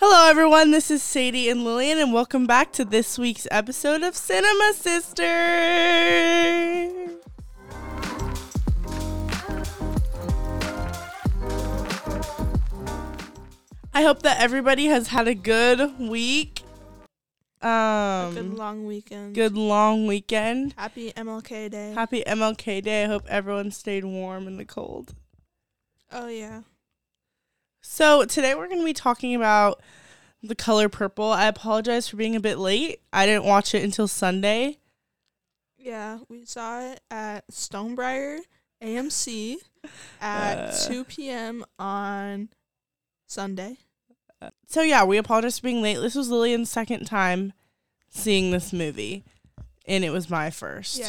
Hello, everyone. This is Sadie and Lillian, and welcome back to this week's episode of Cinema Sister. I hope that everybody has had a good week. Um, Good long weekend. good long weekend. Happy MLK Day. Happy MLK Day. I hope everyone stayed warm in the cold. oh yeah. So today we're going to be talking about The Color Purple. I apologize for being a bit late. I didn't watch it until Sunday. Yeah, we saw it at Stonebriar AMC at Uh. 2 p.m. on Sunday. So yeah, we apologize for being late. This was Lillian's second time seeing this movie, and it was my first.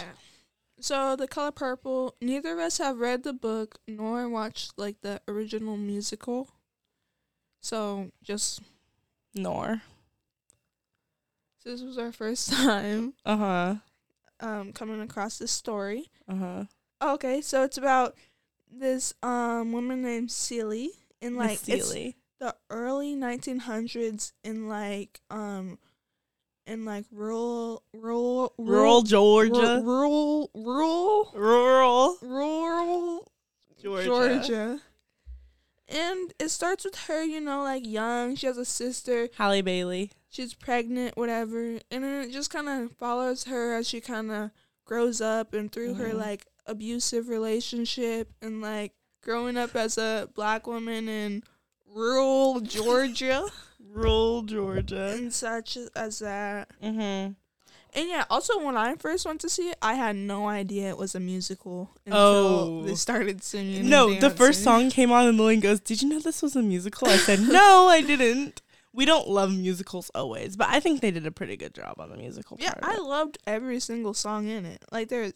So, The Color Purple, neither of us have read the book nor watched like the original musical. So, just Nor. this was our first time Uh huh. um coming across this story. Uh huh. Okay, so it's about this um woman named Seely in like it's Seely. the early 1900s in like um in like rural rural Rural ru- Georgia. rural rural Rural rural Georgia. Georgia. And it starts with her, you know, like young. She has a sister. Halle Bailey. She's pregnant, whatever. And then it just kind of follows her as she kind of grows up and through her Mhm. like abusive relationship and like growing up as a black woman in rural Georgia Rural Georgia. and such as that. Mm-hmm. And yeah, also when I first went to see it, I had no idea it was a musical until Oh. they started singing. and No, the first song dancing. came on and Lillian goes, Did you know this was a musical? I said, No, I didn't. We don't love musicals always, but I think they did a pretty good job on the musical Yeah, part. of I it. loved every single song in it. Like there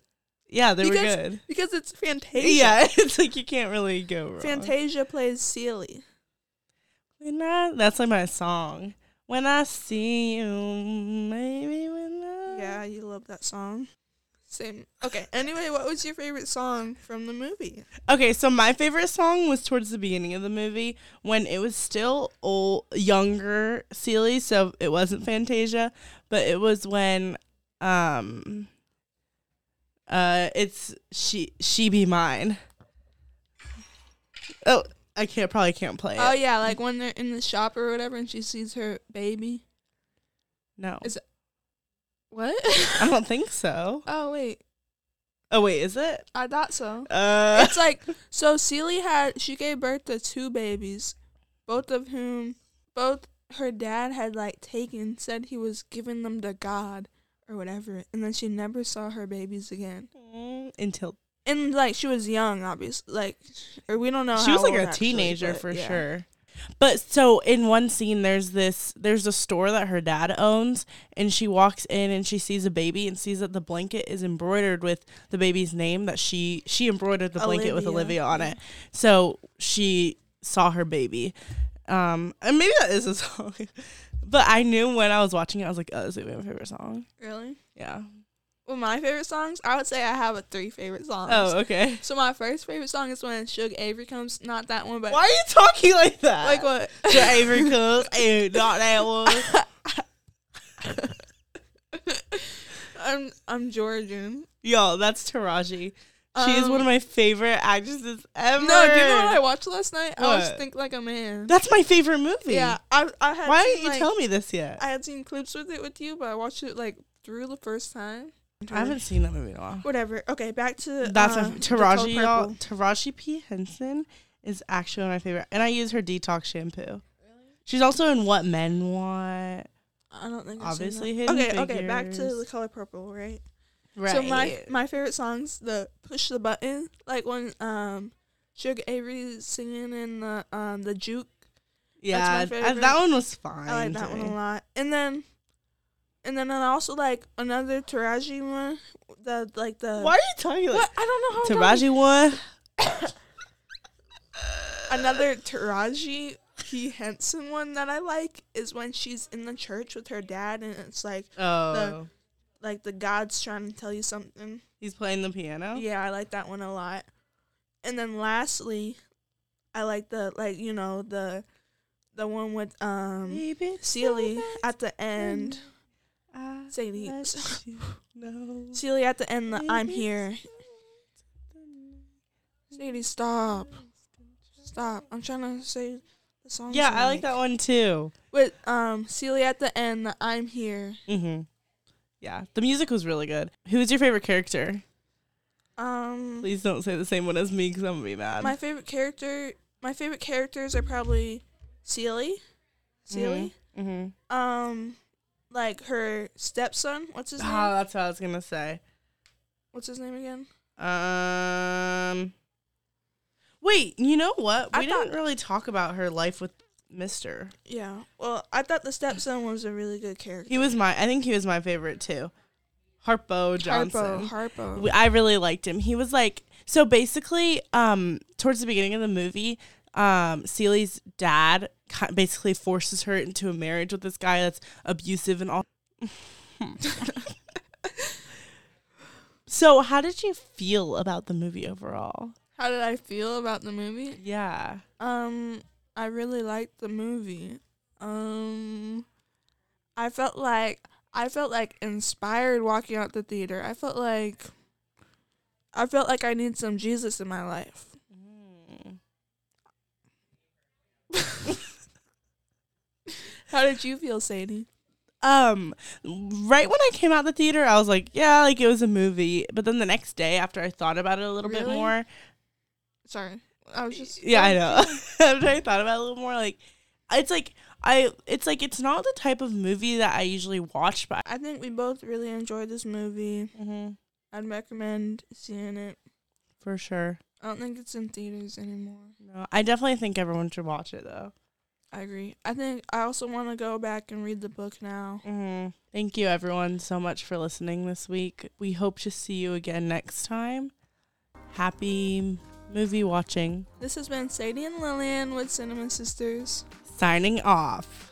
yeah, they because- were good. because it's Fantasia. Yeah, it's like you can't really go wrong. Fantasia plays Seely. When I, that's like my song. When I see you, maybe when I. Yeah, you love that song. Same. Okay. Anyway, what was your favorite song from the movie? Okay, so my favorite song was towards the beginning of the movie when it was still old, younger Seely, so it wasn't Fantasia, but it was when um uh it's she she be mine. Oh, I can't probably can't play it. Oh yeah, like when they're in the shop or whatever, and she sees her baby. no. is- What? I don't think so. oh wait, Oh wait, is it? I thought so. Uh It's like so. Celie had she gave birth to two babies, both of whom, both her dad had like taken, said he was giving them to God or whatever, and then she never saw her babies again. mm, until and like she was young, obviously. Like, or we don't know. she was how like old, a actually, teenager but for yeah. sure but so in one scene there's this there's a store that her dad owns and she walks in and she sees a baby and sees that the blanket is embroidered with the baby's name that she she embroidered the blanket with olivia Olivia, on it so she saw her baby um and maybe that is a song but i knew when i was watching it i was like oh this is gonna be my favorite song Really? yeah Well, my favorite songs, I would say I have a three favorite songs. oh okay So my first favorite song is when Suge Avery comes. Not that one, but why are you talking like that like what? Your Avery Cook, ew, not that one. I'm I'm Georgian. Yo, that's Taraji. She is one of my favorite actresses ever. Um, No, do you know what I watched last night? I was What? think like a man. That's my favorite movie. yeah, I I had. Why seen, didn't you like- tell me this yet? I, I had seen clips with it with you, but I watched it like through the first time. haven't seen that movie in a while. Whatever. Okay, back to That's uh, my The Color Taraji, y'all. Purple. Taraji P. Henson is actually my favorite, and I use her detox shampoo. She's also in What Men Want. I don't think I've seen Obviously, that. hidden Okay, okay, back to the Figures. color purple, right? Right. So my my favorite songs, the push the button, like when um Sugar Avery's singing in the um the juke. yeah, that's my I- favorite. Oh, that one was fine. I, like that to one me. a lot. And then and then I also like another Taraji one. The like the Why are you talking like what Oh, I don't know how I'm talking- Taraji one? another Taraji P Henson one that I like is when she's in the church with her dad and it's like Oh, like the God's trying to tell you something. he's playing the piano. Yeah, I like that one a lot. And then lastly, I like the like you know the the one with um Baby, it's Celie so bad Mm-hmm. at the end I saying the- let you know. Celie at the end the I'm Baby, here. it's so bad Sadie, stop. Stop. I'm trying to say the song. Yeah, I like that one too. With um Celie at the end the I'm here. hmm Yeah, the music was really good. Who's your favorite character? Um Please don't say the same one as me because I'm gonna be mad. my favorite character my favorite characters are probably Celie. Celie. Mm-hmm. Um like her stepson. What's his Ah, name? that's what I was gonna say. What's his name again? Um, wait, you know what? I We thought- didn't really talk about her life with Mister. Yeah. Well, I thought the stepson was a really good character. He was my. I think he was my favorite too. Harpo Johnson. Harpo. Harpo. We- I really liked him. He was like so basically um towards the beginning of the movie, um Celie's dad ki- basically forces her into a marriage with this guy that's abusive and all. so, how did you feel about the movie overall? How did I feel about the movie? Yeah. Um, I really liked the movie. Um, I felt like I felt like inspired walking out the theater. I felt like I felt like I need some Jesus in my life. Mm. How did you feel, Sadie? um right when i came out the theater i was like yeah like it was a movie but then the next day after i thought about it a little bit Really? more Sorry, I was just yeah i know after i thought about it a little more like it's like i it's like it's not the type of movie that i usually watch but I think we both really enjoyed this movie. I'd recommend seeing it. for sure I don't think it's in theaters anymore. no i definitely think everyone should watch it though I agree. I think I also want to go back and read the book now. mm-hmm. thank you everyone so much for listening this week we hope to see you again next time happy movie watching This has been Sadie and Lillian with Cinema Sisters. signing off